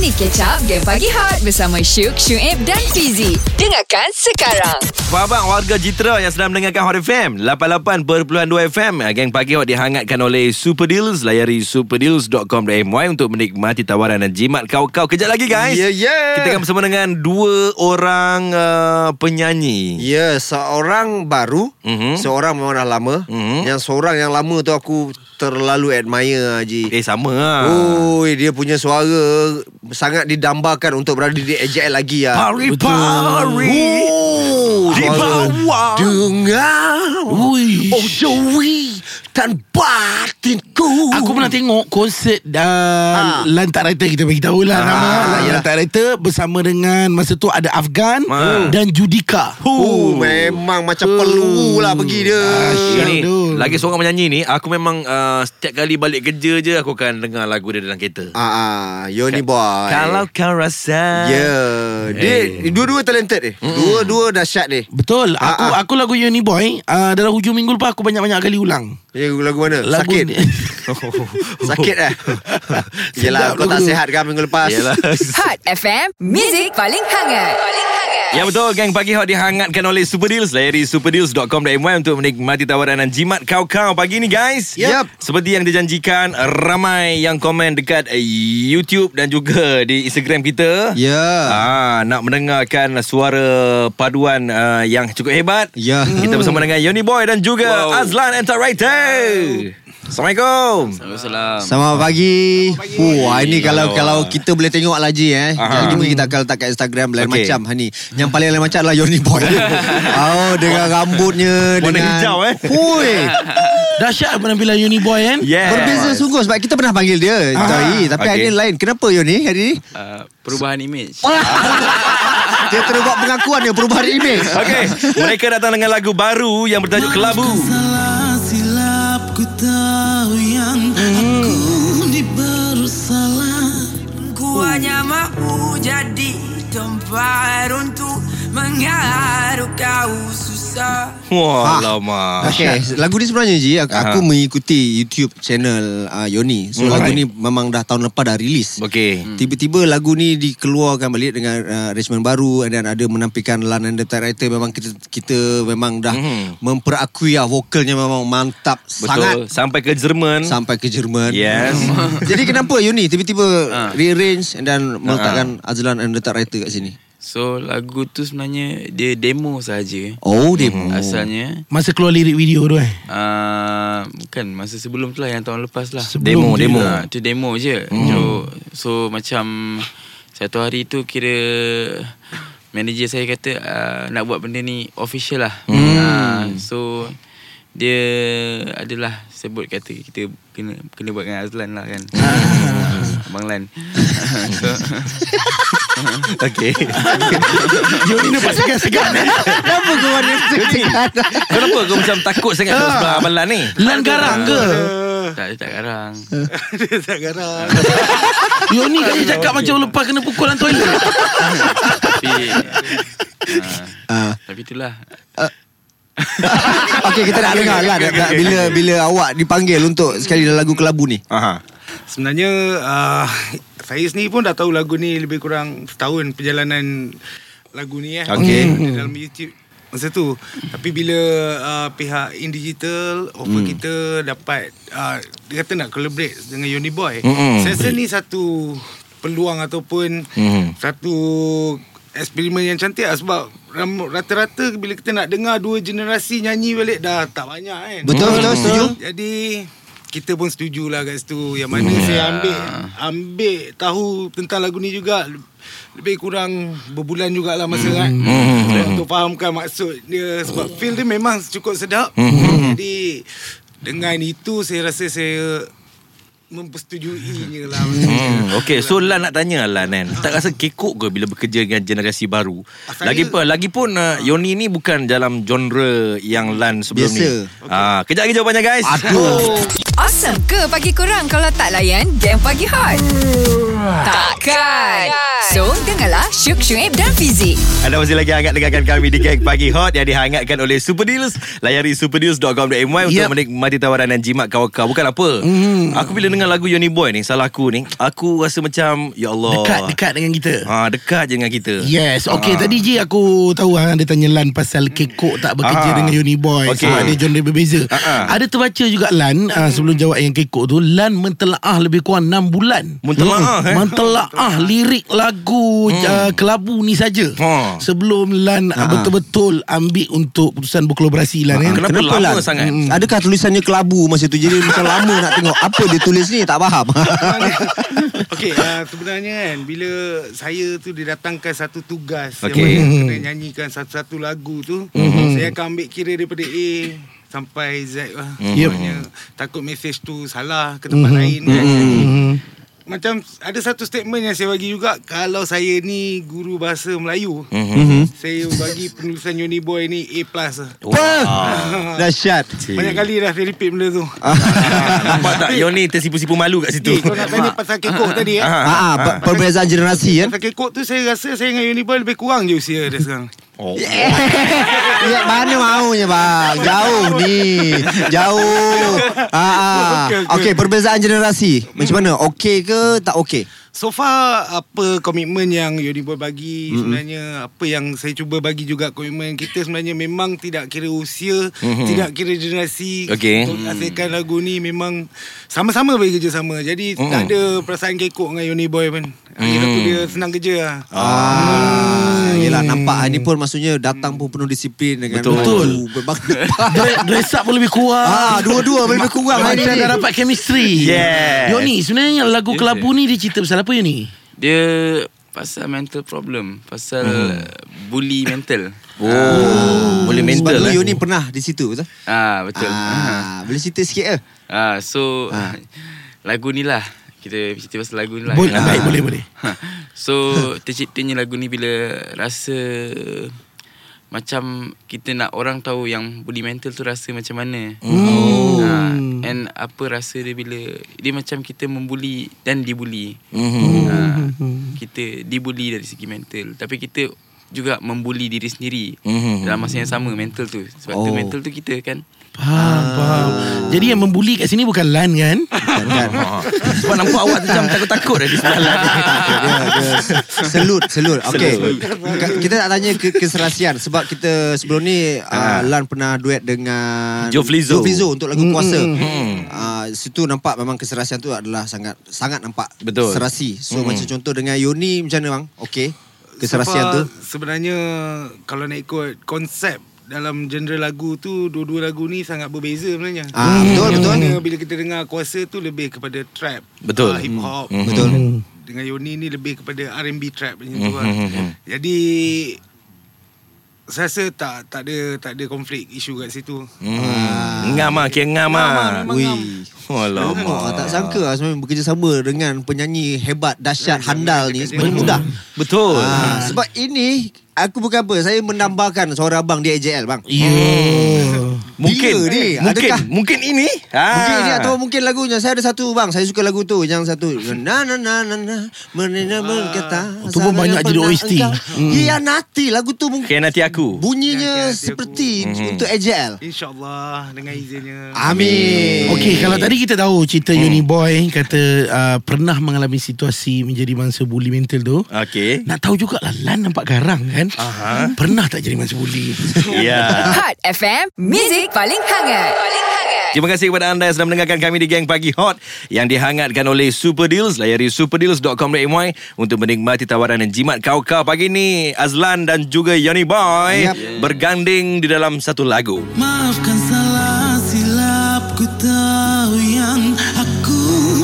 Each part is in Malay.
Mari catch up Game Pagi Hot Bersama Syuk, Syuib dan Fizi Dengarkan sekarang Abang-abang warga Jitra yang sedang mendengarkan Hot FM 88.2 FM Ah, Geng Pagi Hot dihangatkan oleh Super Deals Layari superdeals.com.my Untuk menikmati tawaran dan jimat kau-kau Kejap lagi guys Ya, ya. Kita akan bersama dengan dua orang uh, penyanyi Ya, seorang baru, Mhm. mm-hmm. seorang memang dah lama. Mhm. Mm-hmm. Yang seorang yang lama tu aku terlalu admire Haji. Eh sama lah Oh, dia punya suara sangat didambakan untuk berada di AJL lagi ya. Pari-pari Oh, Di suara bawah. Dengar. Ui. Oh, Joey dan batinku. Aku pernah tengok konsert uh, ha. Uh. Ah. Lantak Writer kita bagi tahu lah Ah, nama ah, Lantak Writer bersama dengan masa tu ada Afgan Ah. dan Judika. Oh, memang macam perlu lah pergi dia. Ya, Asyik. Ni, Aduh. lagi seorang penyanyi ni Aku memang uh, Setiap kali balik kerja je Aku akan dengar lagu dia dalam kereta Ah, ah, Yoni boy. Kalau kau rasa Ya yeah. Dia Dua-dua talented ni mm. Dua-dua dahsyat ni Betul. Aku Ah, ah. aku lagu Uni Boy uh, dalam hujung minggu lepas aku banyak-banyak kali ulang. Ya lagu mana? Lagu Sakit ni. Sakit eh Yelah Sedap kau tak lagu. sihat kan minggu lepas Yelah Hot FM Music paling hangat Paling hangat Ya betul Gang Pagi Hot dihangatkan oleh Super Deals Layari superdeals.com.my Untuk menikmati tawaran dan jimat kau-kau Pagi ni guys Yap. Seperti yang dijanjikan Ramai yang komen dekat eh, YouTube Dan juga di Instagram kita Ya Ah, nak mendengarkan suara paduan uh, yang cukup hebat. Ya. Kita bersama dengan Yoni Boy dan juga wow. Azlan Antarwriter. Assalamualaikum. Selamat pagi. Oh, hari ni kalau kalau kita boleh tengok lah Ji eh. Aha. Jadi mungkin kita akan letak kat Instagram lain Okey. macam hari ni. Yang paling lain macam adalah Yoni Boy. oh, dengan rambutnya Warna dengan hijau, eh. Hui. Dahsyat penampilan Uni Boy kan? Ah. Yeah. Berbeza sungguh sebab kita pernah panggil dia Joy, tapi hari Okey. ni lain. Kenapa Yoni hari ni? Uh, perubahan image. Dia terus buat pengakuan dia perubahan imej. Okey, mereka datang dengan lagu baru yang bertajuk Kelabu. Salah silap ku tahu yang aku ni bersalah Ku hanya mahu jadi tempat untuk mengaruh kau susah. Wah, Ah. lama. Okay, lagu ni sebenarnya Ji aku, Aha. aku mengikuti YouTube channel uh, Yoni. So Hmm. hmm. lagu Alright. Hmm. ni memang dah tahun lepas dah rilis. Okey. Tiba-tiba lagu ni dikeluarkan balik dengan uh, arrangement baru dan ada menampilkan Lan and the Typewriter memang kita kita memang dah Hmm. memperakui lah vokalnya memang mantap Betul. sangat Betul. Sampai ke Jerman. Hmm? sampai ke Jerman. Yes. Ha. Jadi kenapa Yoni tiba-tiba rearrange dan meletakkan Azlan and the Typewriter kat sini? So lagu tu sebenarnya dia demo saja. Oh, demo. Asalnya Masa keluar lirik video tu eh. uh, bukan masa sebelum tu lah yang tahun lepas lah. Demo, Sebelum demo. Ah, tu demo je. Hmm. So, so macam satu hari tu kira manager saya kata uh, nak buat benda ni official lah. Hmm. Uh, so dia adalah sebut kata kita kena kena buat dengan Azlan lah kan. Abang Lan. so, Okey. Uni nampak segan-segan. Kenapa kau ada segan? Kenapa kau macam takut sangat Ah. kat sebelah amalan ni? Lan garang ke? tak dia tak garang. Yoni kaya kan cakap macam lepas kena pukul dalam toilet. tapi Ah. uh, tapi itulah. Okey kita nak dengar lah nak- nak- bila bila awak dipanggil untuk sekali dalam lagu kelabu ni. Aha. Sebenarnya uh, saya sendiri pun dah tahu lagu ni lebih kurang setahun perjalanan lagu ni eh. Okey. Di Dalam YouTube masa tu. Tapi bila uh, pihak In Digital offer kita dapat uh, dia kata nak collaborate dengan Yoni Boy. Mm-mm. Saya rasa ni satu peluang ataupun Mm. satu eksperimen yang cantik lah sebab ram- rata-rata bila kita nak dengar dua generasi nyanyi balik dah tak banyak kan. Betul betul setuju? Jadi kita pun setuju lah kat situ Yang mana yeah. saya ambil Ambil tahu tentang lagu ni juga Lebih kurang berbulan jugalah masa mm. kan mm. Untuk fahamkan maksud dia Sebab feel dia memang cukup sedap mm. Jadi dengan itu saya rasa saya Mempersetujuinya lah Hmm, okay, so Lan nak tanya Lan kan. Tak rasa kekok ke bila bekerja dengan generasi baru? Saya- Lagipun lagipun Ah. uh, Yoni ni bukan dalam genre yang Lan sebelum Biasa. ni. Ah, kejap lagi jawapannya guys. Aduh. Awesome ke pagi korang Kalau tak layan Game Pagi Hot Takkan So dengar Janganlah syuk, syuib dan fizik. Anda masih lagi hangat dengarkan kami di Gang Pagi Hot yang dihangatkan oleh Super Deals. Layari superdeals.com.my yep. untuk Yep. menikmati tawaran dan jimat kawan-kawan. Bukan apa. Aku bila dengar lagu Yoni Boy ni, salah aku ni, aku rasa macam, Ya Allah. Dekat dekat dengan kita. Ha, dekat je dengan kita. Yes Ah. Okay tadi je aku tahu hang Ada tanya Lan pasal Kekok tak bekerja Ah. dengan Uniboy Okey. okay. Dia genre berbeza Ah, ah. Ada terbaca juga Lan ah, Sebelum jawab yang Kekok tu Lan mentelaah lebih kurang 6 bulan Hmm. Mentelaah, eh? Hmm. Mentelaah lirik lagu ah, Kelabu ni saja Ha. Sebelum Lan ah, betul-betul ambil untuk putusan berkolaborasi Lan kan? Ah, Kenapa, Kenapa lama lah? sangat? Hmm. Adakah tulisannya kelabu masa tu Jadi macam lama nak tengok Apa dia tulis ni Tak faham Okey, uh, sebenarnya kan bila saya tu didatangkan satu tugas Okey. Mhm. yang mana kena nyanyikan satu-satu lagu tu, mm-hmm. saya akan ambil kira daripada A sampai Z lah. Mhm. Yep. Maknanya Ya. takut mesej tu salah ke tempat mm-hmm. lain kan. Mhm. Hmm. Macam ada satu statement yang saya bagi juga kalau saya ni guru bahasa Melayu, Mhm. saya bagi penulisan Yoni Boy ni A+. lah. Wah. Dahsyat Banyak kali dah saya repeat benda tu. Ah. Nampak tak Yoni tersipu-sipu malu kat situ? Eh, kau nak tanya pasal kekok tadi eh? Ah, Ah, ah, per- perbezaan generasi kan Pasal kekok tu saya rasa saya dengan Yoni Boy lebih kurang je usia dia sekarang. Oh. ya, Mana maunya bang Jauh ni Jauh ah, ah. Okey, okey. Okey perbezaan generasi Macam mana Okey ke tak okey So far apa komitmen yang Uniboy bagi mm-hmm. sebenarnya apa yang saya cuba bagi juga komitmen kita sebenarnya memang tidak kira usia, mm-hmm. tidak kira generasi. Okey. Untuk hasilkan lagu ni memang sama-sama bagi kerjasama. Jadi mm-hmm. tak ada perasaan kekok dengan Uniboy pun. Akhir aku dia senang kerja lah. Ah, yelah nampak ni pun maksudnya datang pun penuh disiplin dengan Betul. baju berbang depan. Dre- Dress up pun lebih kurang ah, dua-dua lebih kurang hari ni. Macam lah. dah dapat chemistry Yes. Yoni sebenarnya lagu Kelabu ni Dia cerita pasal apa Yoni? Dia pasal mental problem, pasal bully mental. Oh. Boleh Sebab mental dulu lah. Ha. Yoni pernah di situ betul? Ah betul. Ah, Ah, boleh cerita sikit ke? ah so lagu ni lah kita cerita pasal lagu ni lah. Boleh, Ah. baik, boleh, boleh. Ha. So terciptanya lagu ni bila rasa macam kita nak orang tahu yang bully mental tu rasa macam mana. Oh. Ha, and apa rasa dia bila dia macam kita membuli dan dibuli. Mm-hmm. Ha, kita dibuli dari segi mental tapi kita juga membuli diri sendiri mm-hmm. dalam masa yang sama mental tu. Sebab oh. tu Oh. mental tu kita kan Faham, faham. Ah. Jadi yang membuli kat sini bukan Lan kan? Kan, kan. Ha. Sebab nampak awak macam takut-takut dah di sebelah lah. dia, dia, selut, selut. Okey. Ka- Kita nak tanya ke keserasian sebab kita sebelum ni Ah. uh, Lan pernah duet dengan Joe Flizzo. Joe Flizzo untuk lagu Kuasa. Hmm. Uh, situ nampak memang keserasian tu adalah sangat sangat nampak Betul. Hmm. serasi. So macam contoh dengan Yoni macam mana bang? Okey. Keserasian Sebab tu. Hmm. Sebenarnya kalau nak ikut konsep dalam genre lagu tu dua-dua lagu ni sangat berbeza sebenarnya. Ah, betul, Yang betul. mana bila kita dengar kuasa tu lebih kepada trap, Betul. ah, hip hop. Hmm. Betul. Mm-hmm. Dengan Yoni ni lebih kepada R&B trap punya Hmm, tu. lah. hmm, hmm. Jadi saya rasa tak tak ada tak ada konflik isu kat situ. Hmm. Ngam ah, kira ngam ah. Wih. Lama Alamak. ah, tak sangka lah sebenarnya bekerjasama dengan penyanyi hebat dahsyat handal ni sebenarnya mudah. Betul. Ah, sebab ini aku bukan apa, saya menambahkan suara abang di AJL bang. Mungkin Gila ni, mungkin adakah- mungkin ini. Ha. Mungkin Ah. ini atau mungkin lagunya Saya ada satu bang Saya suka lagu tu Yang satu Na na na na na Menena berkata Ah. Oh, tu pun banyak jadi OST. hmm. Hianati Lagu tu mungkin Kianati aku. Bunyinya Hianati aku. seperti Hmm. Untuk AJL InsyaAllah dengan izinnya. Amin Okey, kalau tadi kita tahu cerita hmm. Uni Boy kata uh, pernah mengalami situasi menjadi mangsa bully mental tu. Okey. Nak tahu jugalah Lan nampak garang kan? Aha. Pernah tak jadi mangsa bully? Ya. Hot FM, Music paling hangat. Paling hangat. Terima kasih kepada anda yang sedang mendengarkan kami di Gang Pagi Hot yang dihangatkan oleh Super Deals. Layari superdeals.com.my untuk menikmati tawaran dan jimat kau-kau. Pagi ni Azlan dan juga Yoni Boy Yap. berganding di dalam satu lagu. Maafkan salah silap ku tahu yang aku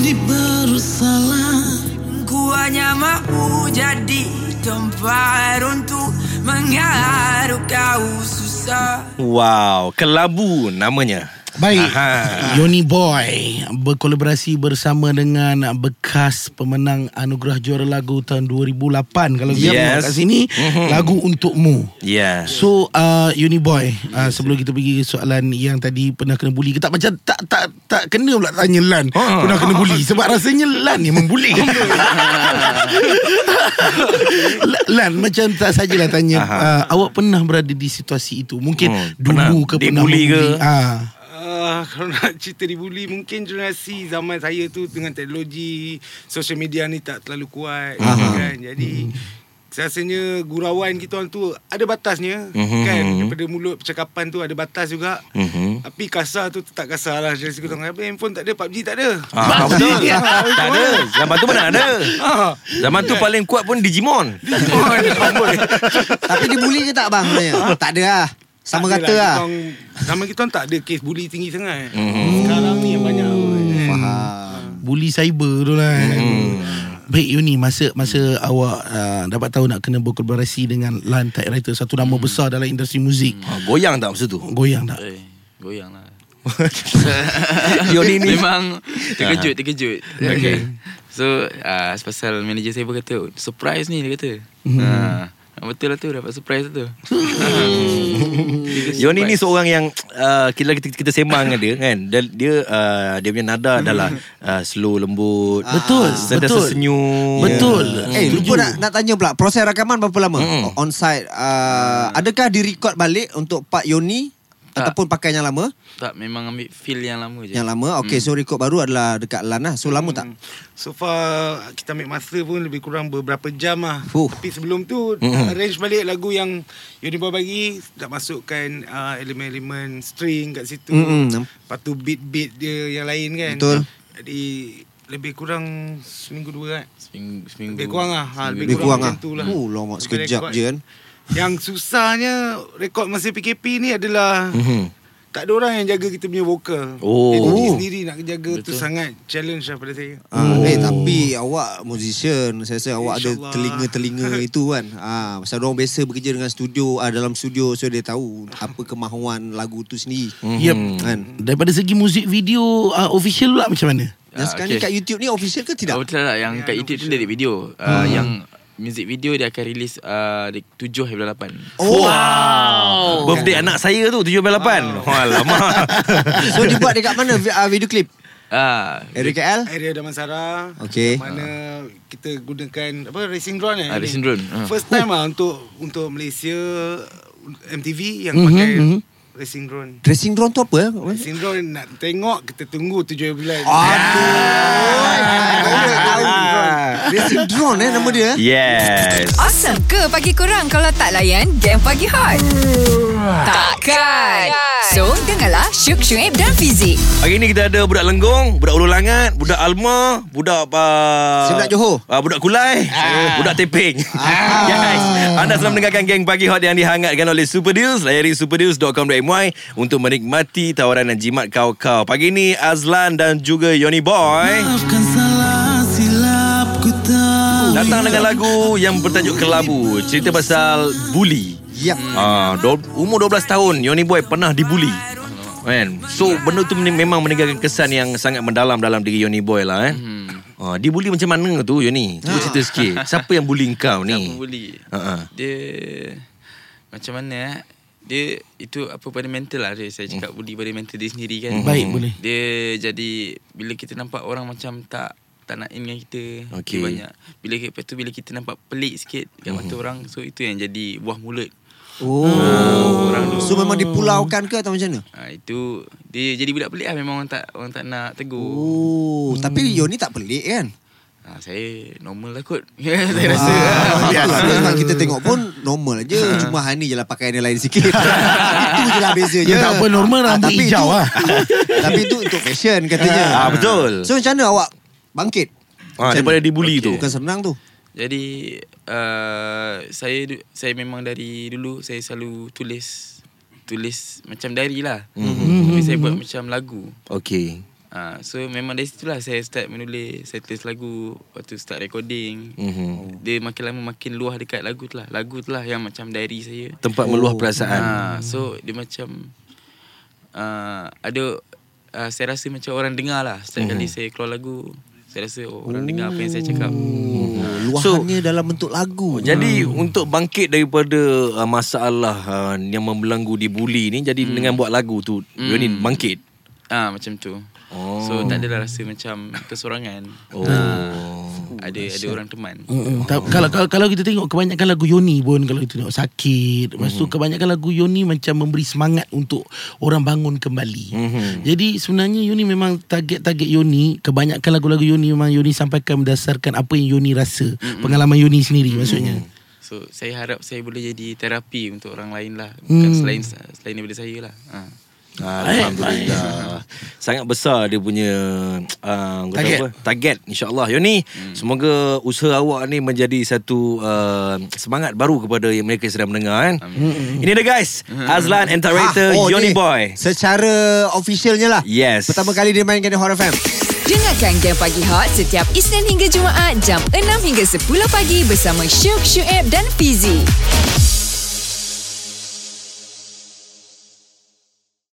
ni bersalah Ku hanya mahu jadi tempat untuk mengharu kau susah Wow, Kelabu namanya. Baik, Aha. Yoni Boy berkolaborasi bersama dengan bekas pemenang anugerah juara lagu tahun 2008 kalau yes. Yes. kat sini Mhm. lagu untukmu. Yeah. So uh, Uni Boy uh, Sebelum kita pergi ke soalan Yang tadi pernah kena bully ke tak Macam tak tak tak kena pula tanya Lan Ha. Pernah kena bully Sebab rasanya Lan yang membuli Lan macam tak sajalah tanya Aha. uh, Awak pernah berada di situasi itu Mungkin Hmm, hmm, dulu pernah ke pernah dibuli ke? Ah. Ah, kalau nak cerita dibuli Mungkin generasi zaman saya tu Dengan teknologi Social media ni tak terlalu kuat Aha. kan? Jadi Rasanya gurauan kita orang tu Ada batasnya Mhm. kan Daripada mulut percakapan tu Ada batas juga Mhm. Tapi kasar tu tetap kasar lah Generasi kita orang Apa handphone tak ada PUBG tak ada Ah, betul. tak ada. Zaman tu mana ada. Zaman tu paling kuat pun Digimon. Tapi dibuli ke tak bang? sebenarnya? tak ada lah. Sama Tak rata adalah, lah. Hmm. kita orang- Zaman kita orang tak ada Kes bully tinggi sangat Sekarang ni yang banyak Faham. Bully cyber tu lah hmm. Baik Yuni Masa masa awak uh, Dapat tahu nak kena berkolaborasi Dengan Lan Typewriter Satu nama hmm. besar dalam industri muzik Ah, Goyang tak masa tu? Goyang tak? Eh, goyang lah. Yoni ni. Memang terkejut, terkejut. Okay. So, uh, pasal manager saya pun kata, "Oh, surprise ni dia kata. Hmm. betul lah tu, dapat surprise tu. Yoni ni seorang yang uh, kita kita, kita sembang dengan dia kan. Dia dia, uh, dia punya nada Hmm. adalah uh, slow lembut. Betul, Sentiasa betul. senyum. Betul Hmm. Eh lupa nak, nak tanya pula Proses rakaman berapa lama mm. On site uh, Adakah direkod balik Untuk Pak Yoni Ah. Tak. Ataupun pakai yang lama Tak, memang ambil feel yang lama je. Yang lama Hmm. Okay so rekod baru adalah Dekat LAN lah So lama tak Hmm. So far kita ambil masa pun lebih kurang beberapa jam lah. Fuh. Hmm. Tapi sebelum tu mm arrange balik lagu yang Uniboy bagi, dah masukkan uh, elemen-elemen string kat situ. Mm-mm. Lepas tu beat-beat dia yang lain kan. Hmm, Betul. Jadi lebih kurang seminggu dua kan. Seminggu, seminggu. Ah, Lebih kurang lah. Ha, Seminggu. lebih, Lebih kurang kurang lah macam tu lah. Oh lama Sampai sekejap rekod. je kan Yang susahnya rekod masa PKP ni adalah Mhm. mm tak ada orang yang jaga kita punya vokal. Oh. Jadi diri sendiri nak jaga tu sangat challenge lah pada saya. Ah, oh. eh, tapi awak musician Saya rasa awak ada InsyaAllah. telinga-telinga itu kan ah, Pasal orang biasa bekerja dengan studio ah, Dalam studio So dia tahu Apa kemahuan lagu tu sendiri Yep. Kan Daripada segi muzik video uh, official pula macam mana? Dan Ah, sekarang ni okay. kat YouTube ni official ke tidak? Tidak. Oh, betul lah. Yang kat YouTube tu dari video. Uh, Yang music video dia akan release uh, di 7 hari bulan 8. Oh, Wow. Oh. Birthday Kan? anak saya tu 78. Wow. Ah. Alamak. So dibuat dekat mana vi- ah, video clip? Ah, Area KL? Area Damansara Okey. Mana kita gunakan Apa Racing Drone eh Ah, racing drone, ah. First time lah Untuk Untuk Malaysia MTV Yang Mhm, mm-hmm, pakai mm-hmm. Racing drone Dressing drone tu apa? eh? Racing drone Nak tengok Kita tunggu tujuh bulan Ah, Aduh. Dressing drone eh nama dia. eh? yes. Awesome ke pagi korang kalau tak layan game pagi hot? Takkan. So, dengarlah Syuk, Syuib dan Fizik. Hari ni kita ada budak Lenggong, budak Ulu Langat, budak Alma, budak uh, Sebelah Johor. Uh, budak Kulai, budak Teping. Guys, anda sedang mendengarkan Geng Pagi Hot yang dihangatkan oleh Super Deals. Layari superdeals.com.my untuk menikmati tawaran dan jimat kau-kau. Pagi ni Azlan dan juga Yoni Boy Maafkan salah silap ku tahu datang dengan lagu yang bertajuk Kelabu. Cerita pasal bully. Yap. Ah, do- umur 12 tahun Yoni Boy pernah dibuli. Kan? So benda tu men- memang meninggalkan kesan yang sangat mendalam dalam diri Yoni Boy lah eh. Hmm. Ah, dia bully macam mana tu Yoni? Cuba cerita sikit. Siapa yang bully kau Siapa ni? bully Eh. Ha-ha. Dia Macam mana eh Dia Itu apa pada mental lah dia. Saya Hmm. cakap bully pada mental dia sendiri kan Baik, boleh. Dia jadi Bila kita nampak orang macam tak Tak nak in dengan kita Okey. Hmm. dia Banyak Bila Lepas tu bila kita nampak pelik sikit Dekat mata orang So itu yang jadi Buah mulut Oh. So memang dipulaukan ke atau macam mana? ha, Itu Dia jadi budak pelik lah Memang orang tak Orang tak nak tegur Oh, tapi Yoni tak pelik kan? ha, Saya normal lah kot Saya rasa lah. Ah, betul. Sebab kita tengok pun normal je. Cuma Hani je lah pakaian dia lain sikit. itu je lah bezanya. Ya, tak apa, normal Ah, rambut tapi hijau itu- lah. tapi itu untuk fashion katanya. Ah, betul. So macam mana awak bangkit? Ah, daripada dibuli okay. tu. Bukan senang tu. Jadi uh, saya du- saya memang dari dulu saya selalu tulis tulis macam diary lah. Mm-hmm. Tapi saya buat macam lagu. Okey. Uh, so memang dari situ lah saya start menulis, saya tulis lagu, lepas tu start recording. Mhm. Dia makin lama makin luah dekat lagu tu lah. Lagu tu lah yang macam diary saya. Tempat meluah perasaan. Ha, so dia macam uh, ada uh, saya rasa macam orang dengar lah. Setiap kali saya keluar lagu, saya rasa oh, orang dengar apa yang saya cakap. Oh, luahannya so, dalam bentuk lagu. Jadi untuk bangkit daripada uh, masalah uh, yang membelenggu dibuli ni jadi dengan buat lagu tu hmm. ni bangkit. Ah macam tu. Oh. So tak adalah rasa macam kesorangan. Oh. Ada ada orang teman. Mm-mm. Ta- kalau, kalau kalau kita tengok kebanyakan lagu Yoni pun kalau kita tengok sakit lepas tu kebanyakan lagu Yoni macam memberi semangat untuk orang bangun kembali. Mm-hmm. Jadi sebenarnya Yoni memang target-target Yoni kebanyakan lagu-lagu Yoni memang Yoni sampaikan berdasarkan apa yang Yoni rasa, pengalaman Yoni sendiri maksudnya. So saya harap saya boleh jadi terapi untuk orang lain lah. Bukan Hmm. selain selain daripada saya lah. Ha. Ah, Alhamdulillah. Eh, Sangat besar dia punya uh, Target. target. Apa? target insyaallah. Yoni, hmm. semoga usaha awak ni menjadi satu uh, semangat baru kepada yang mereka sedang mendengar kan. Amin. Ini dia guys, Azlan and Tarator Ah, oh, Yoni ni. Boy. Secara officialnya lah. Yes. Pertama kali dia mainkan di Hot FM. Dengarkan Game Pagi Hot setiap Isnin hingga Jumaat jam 6 hingga 10 pagi bersama Syuk, Syuib dan Fizi.